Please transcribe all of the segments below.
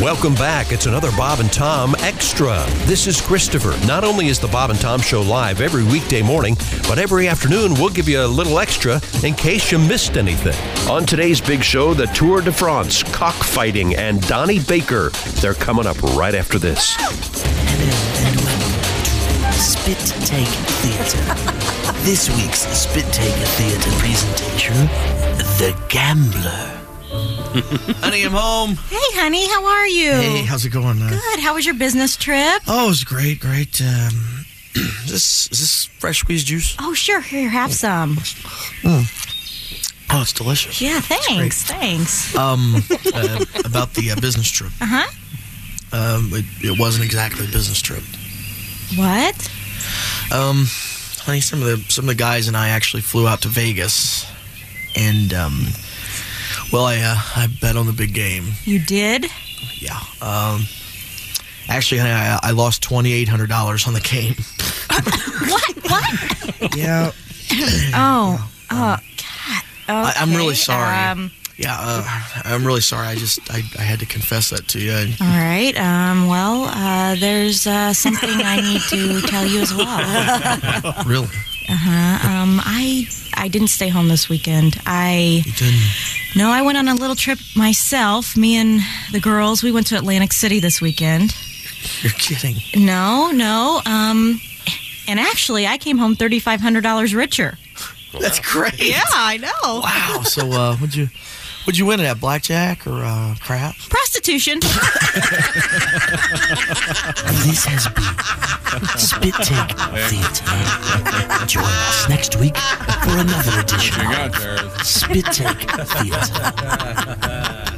Welcome back. It's another Bob and Tom Extra. This is Christopher. Not only is the Bob and Tom Show live every weekday morning, but every afternoon we'll give you a little extra in case you missed anything. On today's big show, the Tour de France, cockfighting, and Donnie Baker. They're coming up right after this. Hello and welcome to Spit Take Theatre. this week's Spit Take Theatre presentation The Gambler. Honey, I'm home. Hey, honey, how are you? Hey, how's it going? Uh, Good. How was your business trip? oh, it was great, great. Um, is this is this fresh squeezed juice? Oh, sure. Here, have some. Oh, it's delicious. Mm. Yeah, thanks. Thanks. Uh-huh. Um, uh, about the uh, business trip. Uh huh. Um, it, it wasn't exactly a business trip. What? Um, honey, some of the some of the guys and I actually flew out to Vegas, and um, well, I uh, I bet on the big game. You did? Yeah. Um, actually, honey, I, I lost twenty eight hundred dollars on the game. What? What? Yeah. Oh. Oh, God. I, I'm really Okay, sorry. Um, yeah, uh, I'm really sorry. I just I, I had to confess that to you. I, all right. Um, well, uh, there's uh, something I need to tell you as well. Oh. really, Um, I I didn't stay home this weekend. I you didn't. no, I went on a little trip myself. Me and the girls, we went to Atlantic City this weekend. You're kidding. No, no. Um, and actually, I came home thirty five hundred dollars richer. That's great. Yeah, I know. Wow. So uh, would you would you win it at blackjack or uh, crap? Prostitution. This has been Spit Take Theatre. Join us next week for another edition of Spit Take Theatre.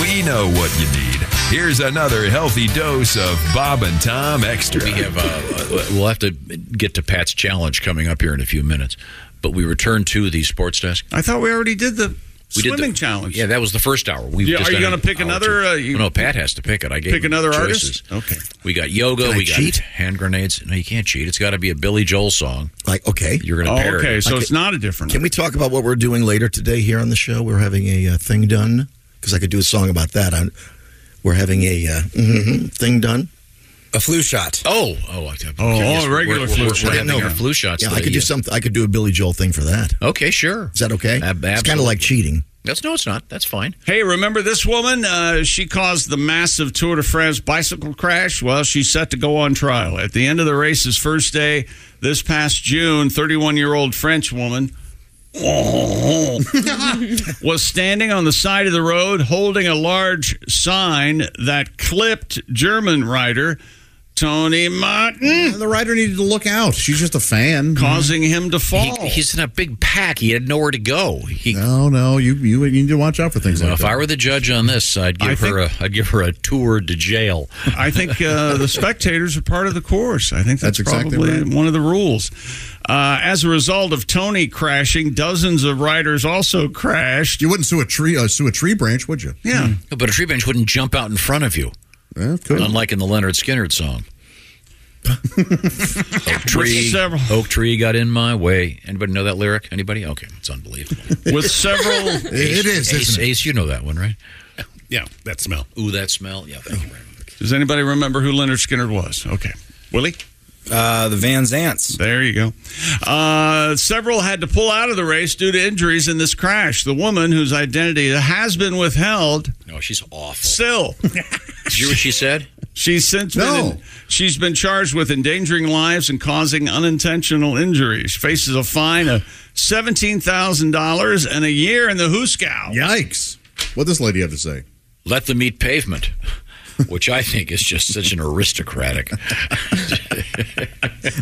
We know what you need. Here's another healthy dose of Bob and Tom Extra. We have uh, we'll have to get to Pat's challenge coming up here in a few minutes, but we return to the sports desk. I thought we already did the We did the- swimming challenge. Yeah, that was the first hour. We Yeah, are you gonna pick another, uh, you- Oh, no, Pat has to pick it. I gave Pick him another choices. artist? Okay. We got yoga. Can I we got cheat? hand grenades. No, you can't cheat. It's got to be a Billy Joel song. Like, okay. You're going to Oh, pair okay. it. So it's not a different. Can we talk about what we're doing later today here on the show? We're having a uh, thing done because I could do a song about that. i we're having a uh, mhm, thing done. A flu shot. Oh, oh, I, I'm Oh, curious. oh, a regular we're, flu we're, shot. We're having No. our flu shots. Yeah, I today, could do something. I could do a Billy Joel thing for that. Okay, sure. Is that okay? Ab- it's kind absolutely. of like cheating. That's no, it's not. That's fine. Hey, remember this woman? Uh, she caused the massive Tour de France bicycle crash. Well, she's set to go on trial. At the end of the race's first day this past June, 31 year old French woman was standing on the side of the road holding a large sign that clipped German rider Tony Martin, The writer needed to look out. She's just a fan. causing him to fall. He, he's in a big pack. He had nowhere to go. He No, no, you you need to watch out for things Well, like if that. I were the judge on this, I'd give I her a I'd give her a tour to jail. I think uh, the spectators are part of the course. I think that's, That's exactly probably right. one of the rules. Uh, as a result of Tony crashing, dozens of riders also crashed. you wouldn't sue a tree uh, sue a tree branch, would you? Yeah. Hmm. But a tree bench wouldn't jump out in front of you, Yeah, could. unlike in the Leonard Skinner song. oak tree, several- oak tree got in my way. Anybody know that lyric? Anybody? Okay, it's unbelievable. With several. It- it Ace, is. isn't it? Ace, you know that one, right? yeah, that smell. Ooh, that smell. Yeah, thank you very much. Does anybody remember who Leonard Skinner was? Okay. Willie? Uh, the Van Zants. There you go. Uh, several had to pull out of the race due to injuries in this crash. The woman whose identity has been withheld No, she's awful. still Did you hear what she said? She's since No. been she's been charged with endangering lives and causing unintentional injuries. Faces a fine of seventeen thousand dollars and a year in the Huskow. Yikes! What this lady have to say? Let them eat pavement. which I think is just such an aristocratic.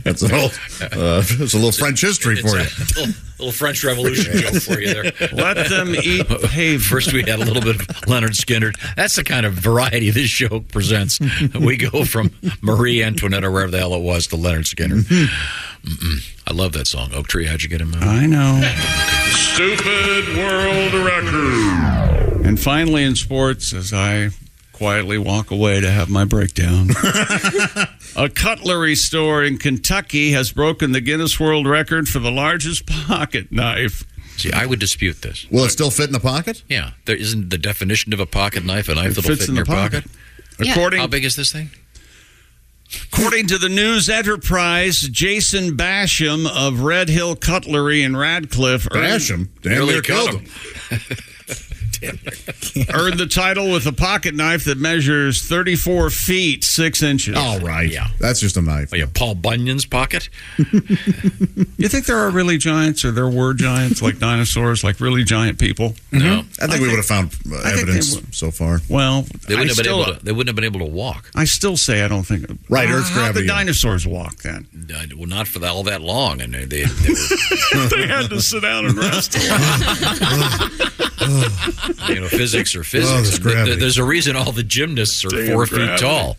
That's an old, uh, it's a little French history for you. It's a little, little French Revolution joke for you there. Let them eat hay. First, we had a little bit of Leonard Skinner. That's the kind of variety this show presents. We go from Marie Antoinette or wherever the hell it was to Leonard Skinner. Mm-hmm. Mm-mm. I love that song. Oak Tree, how'd you get in my I know. Stupid world record. And finally, in sports, as I quietly walk away to have my breakdown, a cutlery store in Kentucky has broken the Guinness World Record for the largest pocket knife. See, I would dispute this. Will it still fit in the pocket? Yeah, there isn't the definition of a pocket knife a knife It that'll fits fit in, in your the pocket. Yeah. According- how big is this thing? According to the News Enterprise, Jason Basham of Red Hill Cutlery in Radcliffe. earned- Basham? Damn Nearly near killed killed him. earned the title with a pocket knife that measures 34 feet 6 inches. All right. Yeah. That's just a knife. Oh, yeah, Paul Bunyan's pocket. You think there are really giants or there were giants like dinosaurs, like really giant people? No. I think we would have found uh, Mm-hmm. I think they evidence would. so far. Well, They wouldn't I have been still, able to. They wouldn't have been able to walk. I still say I don't think. Right, Earth's How'd gravity. the dinosaurs walk then? Uh, Well, not for that, all that long, and they, they, they were, they had to sit down and rest. a lot. you know, physics or Oh, physics. there's gravity. there's a reason all the gymnasts are Damn four feet gravity. tall.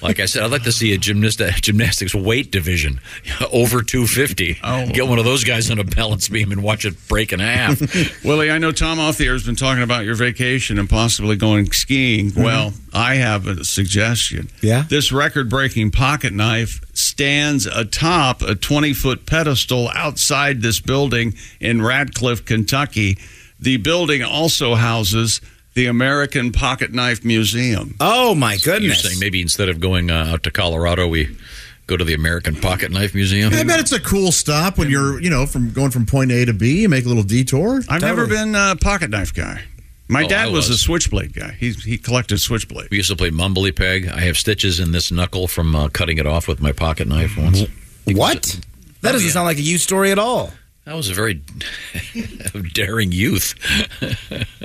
Like I said, I'd like to see a gymnast gymnastics weight division over 250. Oh. Get one of those guys on a balance beam and watch it break in half. Willie, I know Tom off the air has been talking about your vacation and possibly going skiing. Well, I have a suggestion. Mm-hmm. Yeah? This record breaking pocket knife stands atop a 20 foot pedestal outside this building in Radcliffe, Kentucky. The building also houses the American Pocket Knife Museum. Oh my goodness! You're saying maybe instead of going uh, out to Colorado, we go to the American Pocket Knife Museum. I bet it's a cool stop when you're, you know, from going from point A to B. You make a little detour. I've never been a pocket knife guy. My Oh, dad I was. a was. switchblade guy. He he collected switchblade. We used to play mumbly peg. I have stitches in this knuckle from uh, cutting it off with my pocket knife once. What? That Oh, doesn't sound like a you story at all. That was a very daring youth.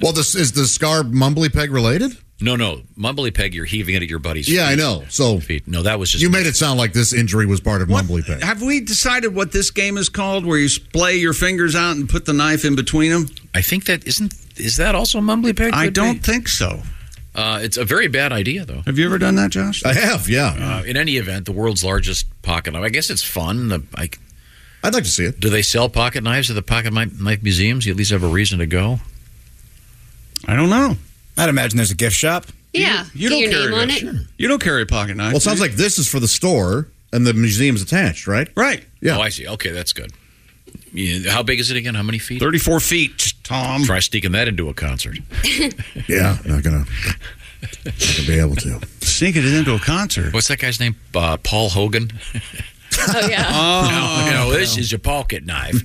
Well, this is the scar mumbly peg related? no, no, mumbly peg. You're heaving it at your buddy's. Yeah, feet. I know. So feet. No, that was just you made it sound like this injury was part of mumbly peg. Have we decided what this game is called, where you splay your fingers out and put the knife in between them? I think that isn't. Is that also mumbly peg? I Could be. don't think so. Uh, it's a very bad idea, though. Have you ever done that, Josh? I have, yeah. Uh, in any event, the world's largest pocket knife. I guess it's fun. The, I, I'd like to see it. do they sell pocket knives at the pocket knife, knife museums? You at least have a reason to go. I don't know. I'd imagine there's a gift shop. Yeah. You Do don't your carry name on that. it. You don't carry a pocket knife. Well, it sounds like this is for the store and the museum's attached, right? Right. Yeah. Oh, I see. Okay, that's good. Yeah, how big is it again? How many feet? Thirty-four feet, Tom. Try sneaking that into a concert. Yeah, not gonna, not gonna be able to. Sneak it into a concert. What's that guy's name? Uh, Paul Hogan. Oh yeah. Oh, no, this is your pocket knife.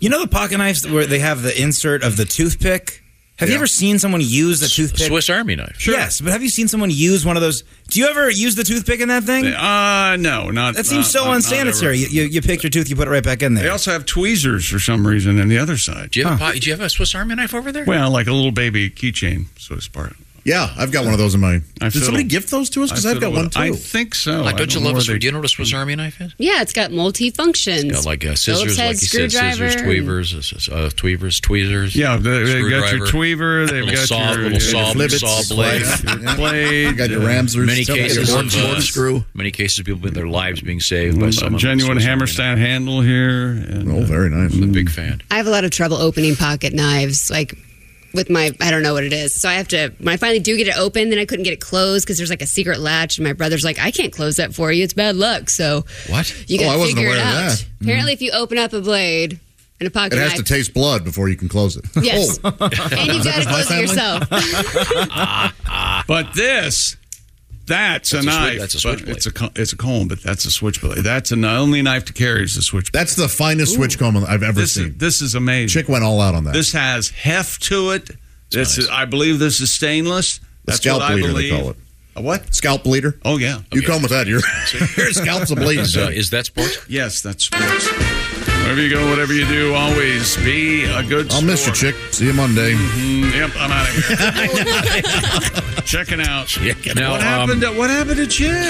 You know the pocket knives where they have the insert of the toothpick. Have you ever seen someone use the toothpick? Swiss Army knife. Yes, but have you seen someone use one of those? Do you ever use the toothpick in that thing? Uh, no, not that seems not- so not- not unsanitary. ever. you, you, you pick your tooth, you put it right back in They there. also have tweezers for some reason on the other side. Do you have, a, po- do you have a Swiss Army knife over there? Well, like a little baby keychain, so it's part. Yeah, I've got one of those in my. I Did somebody fiddle- gift those to us? Because I I've got fiddle one with too. it. I think so. like, I don't you know love where a? they- Do you know what a Swiss Army knife is? Yeah, it's got multifunctions. Yeah, like uh, scissors, Phillips head like you said, screwdriver. scissors, tweavers, uh, tweavers, tweezers. Yeah, they, they've got Screwdriver. your tweaver. They've Little got saw- your little saw- flibbits, saw blade. your blade. You got your Ramsers. Many cases, your of, uh, screw. many cases, of people with their lives being saved by A someone. with a Mm, genuine Swiss Army knife. Hammerstein handle here. And, Oh, uh, very nice. I'm a big fan. I have a lot of trouble opening pocket knives, like with my I don't know what it is. So I have to when I finally do get it open, then I couldn't get it closed because there's like a secret latch, and my brother's like, I can't close that for you. It's bad luck. So What? you Oh, I got to wasn't figure it aware of out. that. Apparently, if you open up a blade and a pocket It has knife, to taste blood before you can close it. Oh. yes, and you got to close it yourself. But this, that's, a That's a swi- knife. that's a but switchblade. It's a co- it's a comb, but that's a switchblade. That's the only knife to carry is a switchblade. That's the finest switch comb I've ever This seen. is, this is amazing. Chick went all out on that. This has heft to it. This is, I believe this is stainless. the That's scalp what I bleeder, they believe. call it. A what? Scalp bleeder. Oh yeah. You come with that, your, your scalp's a bleeding. Is, uh, is that sports? Yes, that's sports. Wherever you go, whatever you do, always be a good I'll miss you, sport. chick. See you Monday. Mm, yep, I'm out of here. Checking out. Now, what happened? um, to, what happened to Chick? Uh, what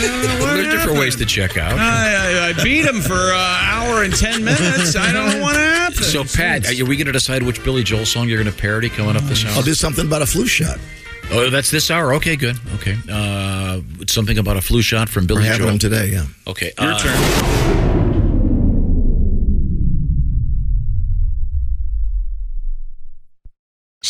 There's different happened? ways to check out. I, I, I beat him for an hour and ten minutes. I don't know what happened. So, Pat, are we going to decide which Billy Joel song you're going to parody coming up this hour? I'll do something about a flu shot. Oh, that's this hour. Okay, good. Okay, uh, something about a flu shot from Billy We're having Joel them today, yeah. Okay, uh, Your turn.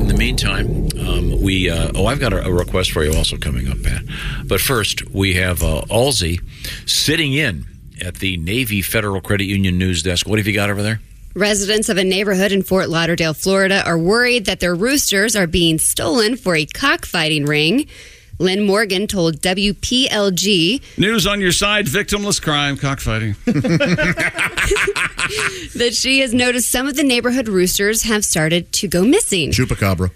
In the meantime, um, we uh, oh, I've got a, a request for you also coming up, Pat. But first, we have uh, Alzi sitting in at the Navy Federal Credit Union news desk. What have you got over there? Residents of a neighborhood in Fort Lauderdale, Florida, are worried that their roosters are being stolen for a cockfighting ring. Lynn Morgan told WPLG News on your side: victimless crime, cockfighting. that she has noticed some of the neighborhood roosters have started to go missing. Chupacabra.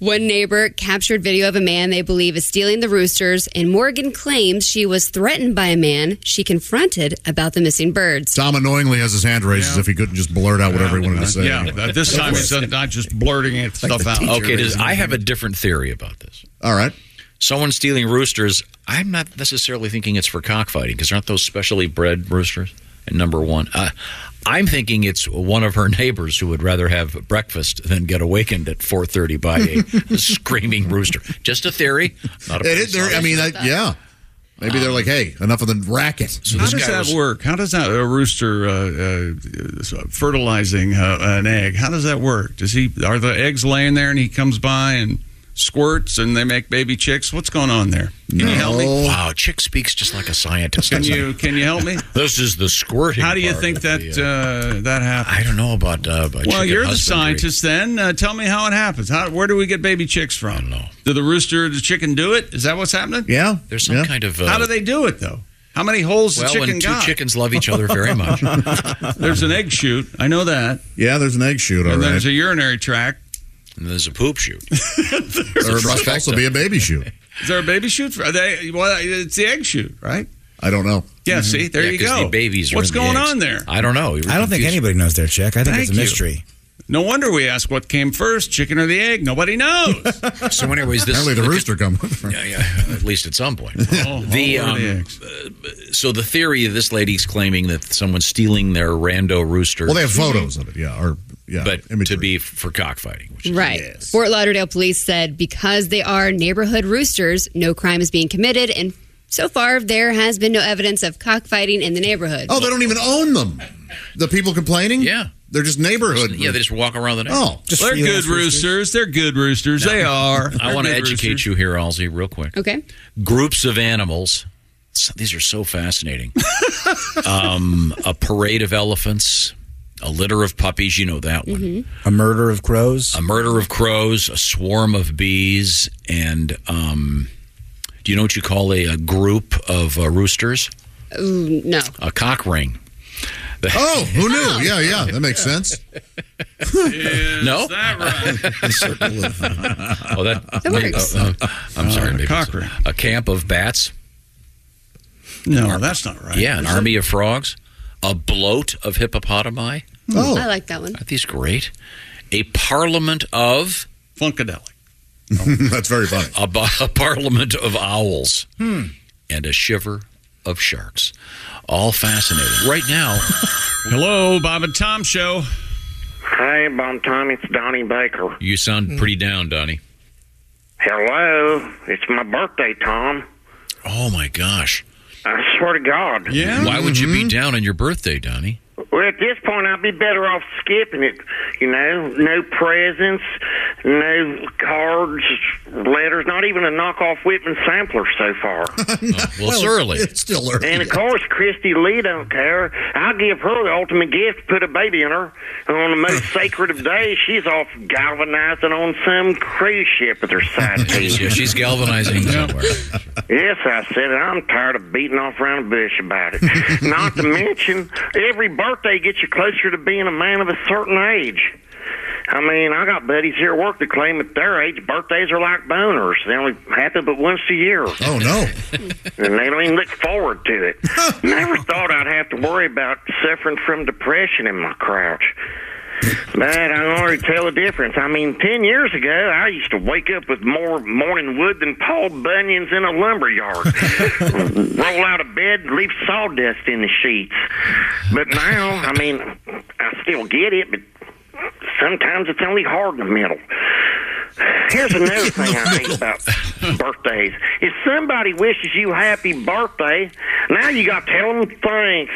One neighbor captured video of a man they believe is stealing the roosters, and Morgan claims she was threatened by a man she confronted about the missing birds. Tom annoyingly has his hand raised as if he couldn't just blurt out whatever he wanted to say. yeah, that- this time it's not just blurting it stuff out. Okay, does, I have a different theory about this. All right. Someone stealing roosters. I'm not necessarily thinking it's for cockfighting because aren't those specially bred roosters? And number one, uh, I'm thinking it's one of her neighbors who would rather have breakfast than get awakened at 4:30 by a screaming rooster. Just a theory. Not a It is there. I mean, I, yeah. Maybe they're like, hey, enough of the racket. How does that work? How does that a rooster uh, uh, fertilizing uh, an egg? How does that work? Does he are the eggs laying there and he comes by and squirts and they make baby chicks? What's going on there? Can you help me? Oh. Wow, Chick speaks just like a scientist. Can you can you help me? This is the squirting. How do you part think of that the, uh, that happened? I don't know about. Uh, about well, chicken you're the husbandry. scientist. Then uh, tell me how it happens. How, where do we get baby chicks from? I don't know. Do the rooster, the chicken, do it? Is that what's happening? Yeah. There's some kind of. Uh, how do they do it though? How many holes Well, the chicken when two got? chickens love each other very much. there's an egg shoot. I know that. Yeah, there's an egg shoot, all and right. there's a urinary tract. And there's a poop shoot. There must also be a baby shoot. Is there a baby shoot? Are they, well, it's the egg shoot, right? I don't know. Yeah, Mm-hmm. see, there Yeah, you 'cause go. the babies are What's in the going eggs. on there? I don't know. I don't think anybody knows their check. I think Thank it's a you. mystery. No wonder we ask what came first, chicken or the egg. Nobody knows. so, anyways, this Apparently the rooster come. yeah, yeah. At least at some point. the all over Oh, the um, uh, so the theory of this lady's claiming that someone's stealing their rando rooster. Well, they have photos of it, yeah, or yeah, but to be f- for cockfighting. Right. Fort Lauderdale police said because they are neighborhood roosters, no crime is being committed, and so far there has been no evidence of cockfighting in the neighborhood. Oh, they don't even own them. The people complaining? Yeah. They're just neighborhood. Yeah, they just walk around the Oh, just They're freelance good roosters. They're good roosters. They are. I They're want to good educate roosters. you here, Alzi, real quick. Okay. Groups of animals. So- These are so fascinating. um, a parade of elephants, a litter of puppies. You know that one. Mm-hmm. A murder of crows. A murder of crows, a swarm of bees, and um, do you know what you call a, a group of uh, roosters? Ooh, no. A cock ring. Oh, who knew? Yeah, yeah, that makes sense. no, oh, that. That works. oh, oh, I'm Uh, sorry, maybe it's a, a camp of bats. No, that's not right. Yeah, an Is army of frogs, a bloat of hippopotami. Oh. I like that one. Aren't these great? A parliament of funkadelic. That's very funny. A, bu- a parliament of owls Hmm. and a shiver of sharks. All fascinating. Right now, hello, Bob and Tom show. Hi, Bon Tom. It's Donnie Baker. You sound pretty down, Donnie. Hello. It's my birthday, Tom. Oh my gosh! I swear to God. Mm-hmm. Why would you be Mm-hmm. down on your birthday, Donnie? Well, at this point, I'd be better off skipping it. You know, no presents, no cards, letters, not even a knockoff Whitman sampler so far. well, it's early. it's still early. And of course, Christy Lee don't care. I'll give her the ultimate gift: put a baby in her. And on the most sacred of days, she's off galvanizing on some cruise ship with her side piece. Yeah, she's galvanizing somewhere. Yes, I said it. I'm tired of beating off around the bush about it. Not to mention, every birthday gets you closer to being a man of a certain age. I mean, I got buddies here at work that claim at their age birthdays are like boners. They only happen but once a year. Oh, no. and they don't even look forward to it. Never thought I'd have to worry about suffering from depression in my crouch. But I can already tell the difference. I mean, ten years ago, I used to wake up with more morning wood than Paul Bunyan's in a lumber yard. Roll out of bed, leave sawdust in the sheets. But now, I mean, I still get it, but sometimes it's only hard in the middle. Here's another thing I think about birthdays. If somebody wishes you happy birthday, now you got to tell them thanks.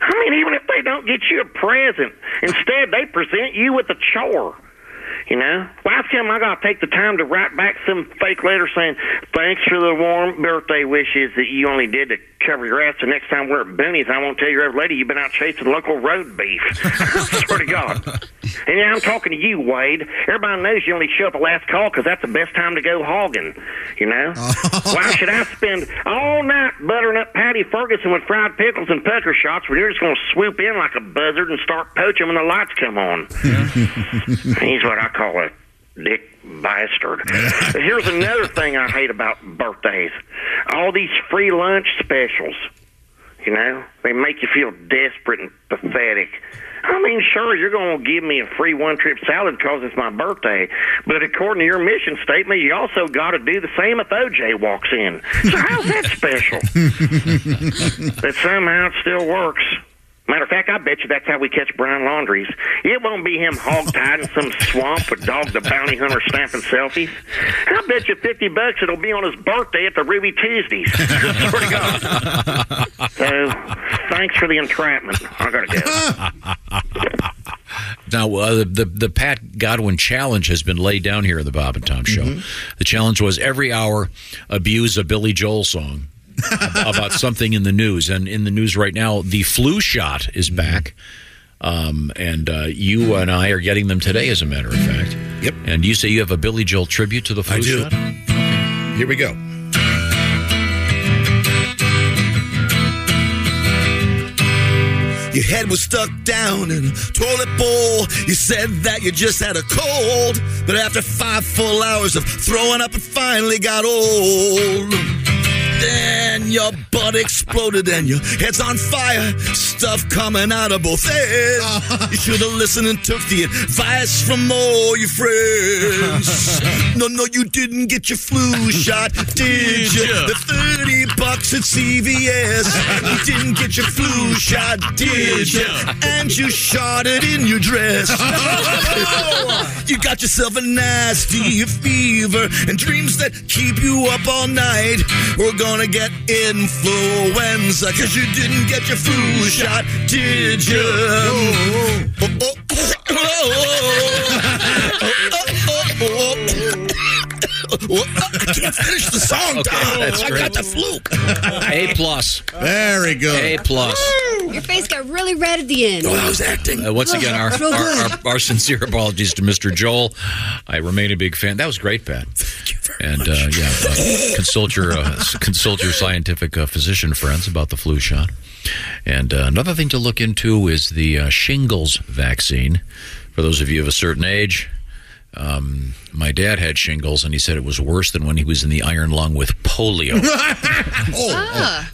I mean, even if they don't get you a present, instead they present you with a chore. You know, why come I got to take the time to write back some fake letter saying thanks for the warm birthday wishes that you only did to cover your ass. The next time we're at Booney's, I won't tell your every lady you've been out chasing local road beef. swear to God. And yeah, I'm talking to you, Wade. Everybody knows you only show up at last call 'cause that's the best time to go hogging. You know, why should I spend all night buttering up Patty Ferguson with fried pickles and pucker shots when you're just going to swoop in like a buzzard and start poaching when the lights come on? He's what I call a dick bastard. But Here's another thing I hate about birthdays all these free lunch specials. You know, they make you feel desperate and pathetic. I mean, sure, you're going to give me a free one trip salad because it's my birthday, but according to your mission statement, you also got to do the same if OJ walks in. So, how's that special? but somehow it still works. Matter of fact, I bet you that's how we catch Brian Laundries. It won't be him hog-tied in some swamp with Dog the Bounty Hunter snapping selfies. I bet you 50 bucks it'll be on his birthday at the Ruby Tuesdays. Swear to God. So, thanks for the entrapment. I gotta go. Now, uh, the, the the Pat Godwin challenge has been laid down here in the Bob and Tom Show. Mm-hmm. The challenge was every hour abuse a Billy Joel song ab- about something in the news, and in the news right now, the flu shot Mm-hmm. is back, um, and uh, you and I are getting them today, as a matter of fact. Yep. And you say you have a Billy Joel tribute to the flu I do. shot. Here we go. Your head was stuck down in a toilet bowl. You said that you just had a cold, but after five full hours of throwing up, it finally got old. Then your butt exploded and your head's on fire. Stuff coming out of both ends. You should have listened and took the advice from all your friends. No, no, you didn't get your flu shot, did you? ya? The 30 bucks at CVS. You didn't get your flu shot, did you? And you shot it in your dress. you got yourself a nasty fever and dreams that keep you up all night. We're gonna get influenza because you didn't get your flu shot, did Oh, you? Oh, I can't finish the song, Tom. that's I great. got the flu. A plus. Very good. A plus. Woo! Your face got really red at the end. Uh, once again, our, Real our, good. our, our sincere apologies to Mr. Joel. I remain a big fan. That was great, Pat. and uh, yeah, uh, consult your uh, s- consult your scientific uh, physician friends about the flu shot. And uh, another thing to look into is the uh, shingles vaccine. For those of you of a certain age, um, my dad had shingles, and he said it was worse than when he was in the iron lung with polio. Ah.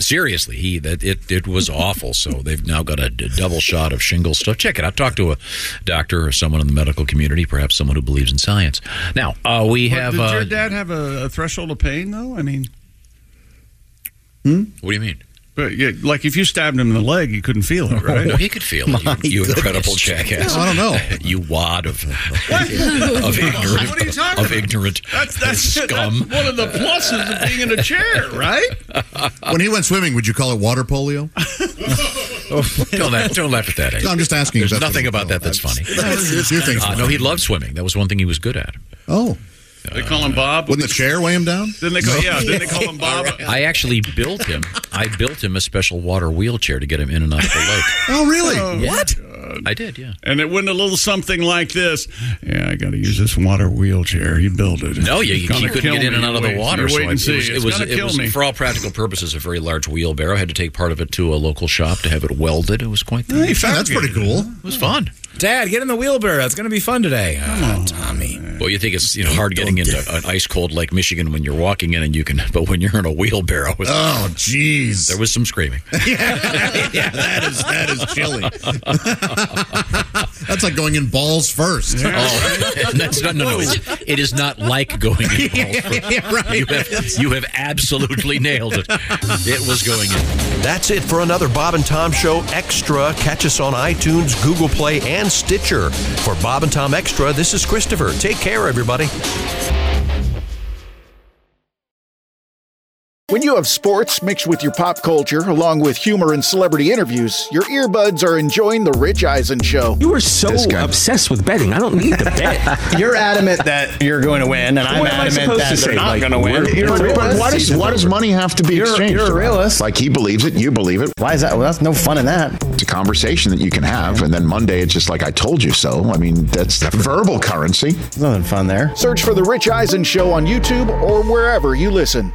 seriously, he that it it was awful. So they've now got a, d- double shot of shingle stuff. Check it out. Talk to a doctor or someone in the medical community, perhaps someone who believes in science. Now uh, we But have. Did your Uh, dad have a, a threshold of pain, though? I mean, what do you mean? but, yeah, like if you stabbed him in the leg, you couldn't feel it, right? Oh, No, he could feel it. You, you incredible jackass! No, I don't know. you wad of What? of ignorant What are you talking of ignorant That's that's, scum. that's one of the pluses of being in a chair, right? When he went swimming, would you call it water polio? Oh, don't, laugh, don't laugh at that. Ed. No, I'm just asking if There's that's what nothing you about call that that's funny. That's- you think it's Uh, no, funny. he loved swimming. That was one thing he was good at. Oh, They call him Bob. Wouldn't the chair weigh him down? Then they call yeah. Then they call him Bob. I actually built him. I built him a special water wheelchair to get him in and out of the lake. Oh, really? what? I did, yeah. And it went a little something like this. Yeah, I got to use this water wheelchair. You build it. No, you, you It's gonna couldn't kill get in me. and out of the Wait, water. You wait I- and see. It was, it it's was, gonna it kill was, me. for all practical purposes, a very large wheelbarrow. Had to take part of it to a local shop to have it welded. It was quite. The, It was fun. Dad, get in the wheelbarrow. It's going to be fun today. Ah, Tommy. Well, you think it's you know hard getting into an ice cold Lake Michigan when you're walking in and you can, but when you're in a wheelbarrow, it's, Oh, jeez, there was some screaming. yeah, that is that is chilly. that's like going in balls first. Oh, that's not, no, no. It's, it is not like going in balls first. Yeah, right. You have, you have absolutely nailed it. It was going in. That's it for another Bob and Tom Show Extra. Catch us on iTunes, Google Play, and Stitcher. For Bob and Tom Extra, this is Christopher. Take care, everybody. When you have sports mixed with your pop culture, along with humor and celebrity interviews, your earbuds are enjoying The Rich Eisen Show. You are so obsessed with betting. I don't need the bet. You're adamant that you're going to win, and I'm What am I adamant supposed that to say? they're not Like, going to win. we're- You're a But- but realist. Why does, why does money have to be You're- exchanged? you're a realist. Like he believes it, you believe it. Why is that? Well, that's no fun in that. It's a conversation that you can have, and then Monday it's just like I told you so. I mean, that's verbal currency. There's nothing fun there. Search for The Rich Eisen Show on YouTube or wherever you listen.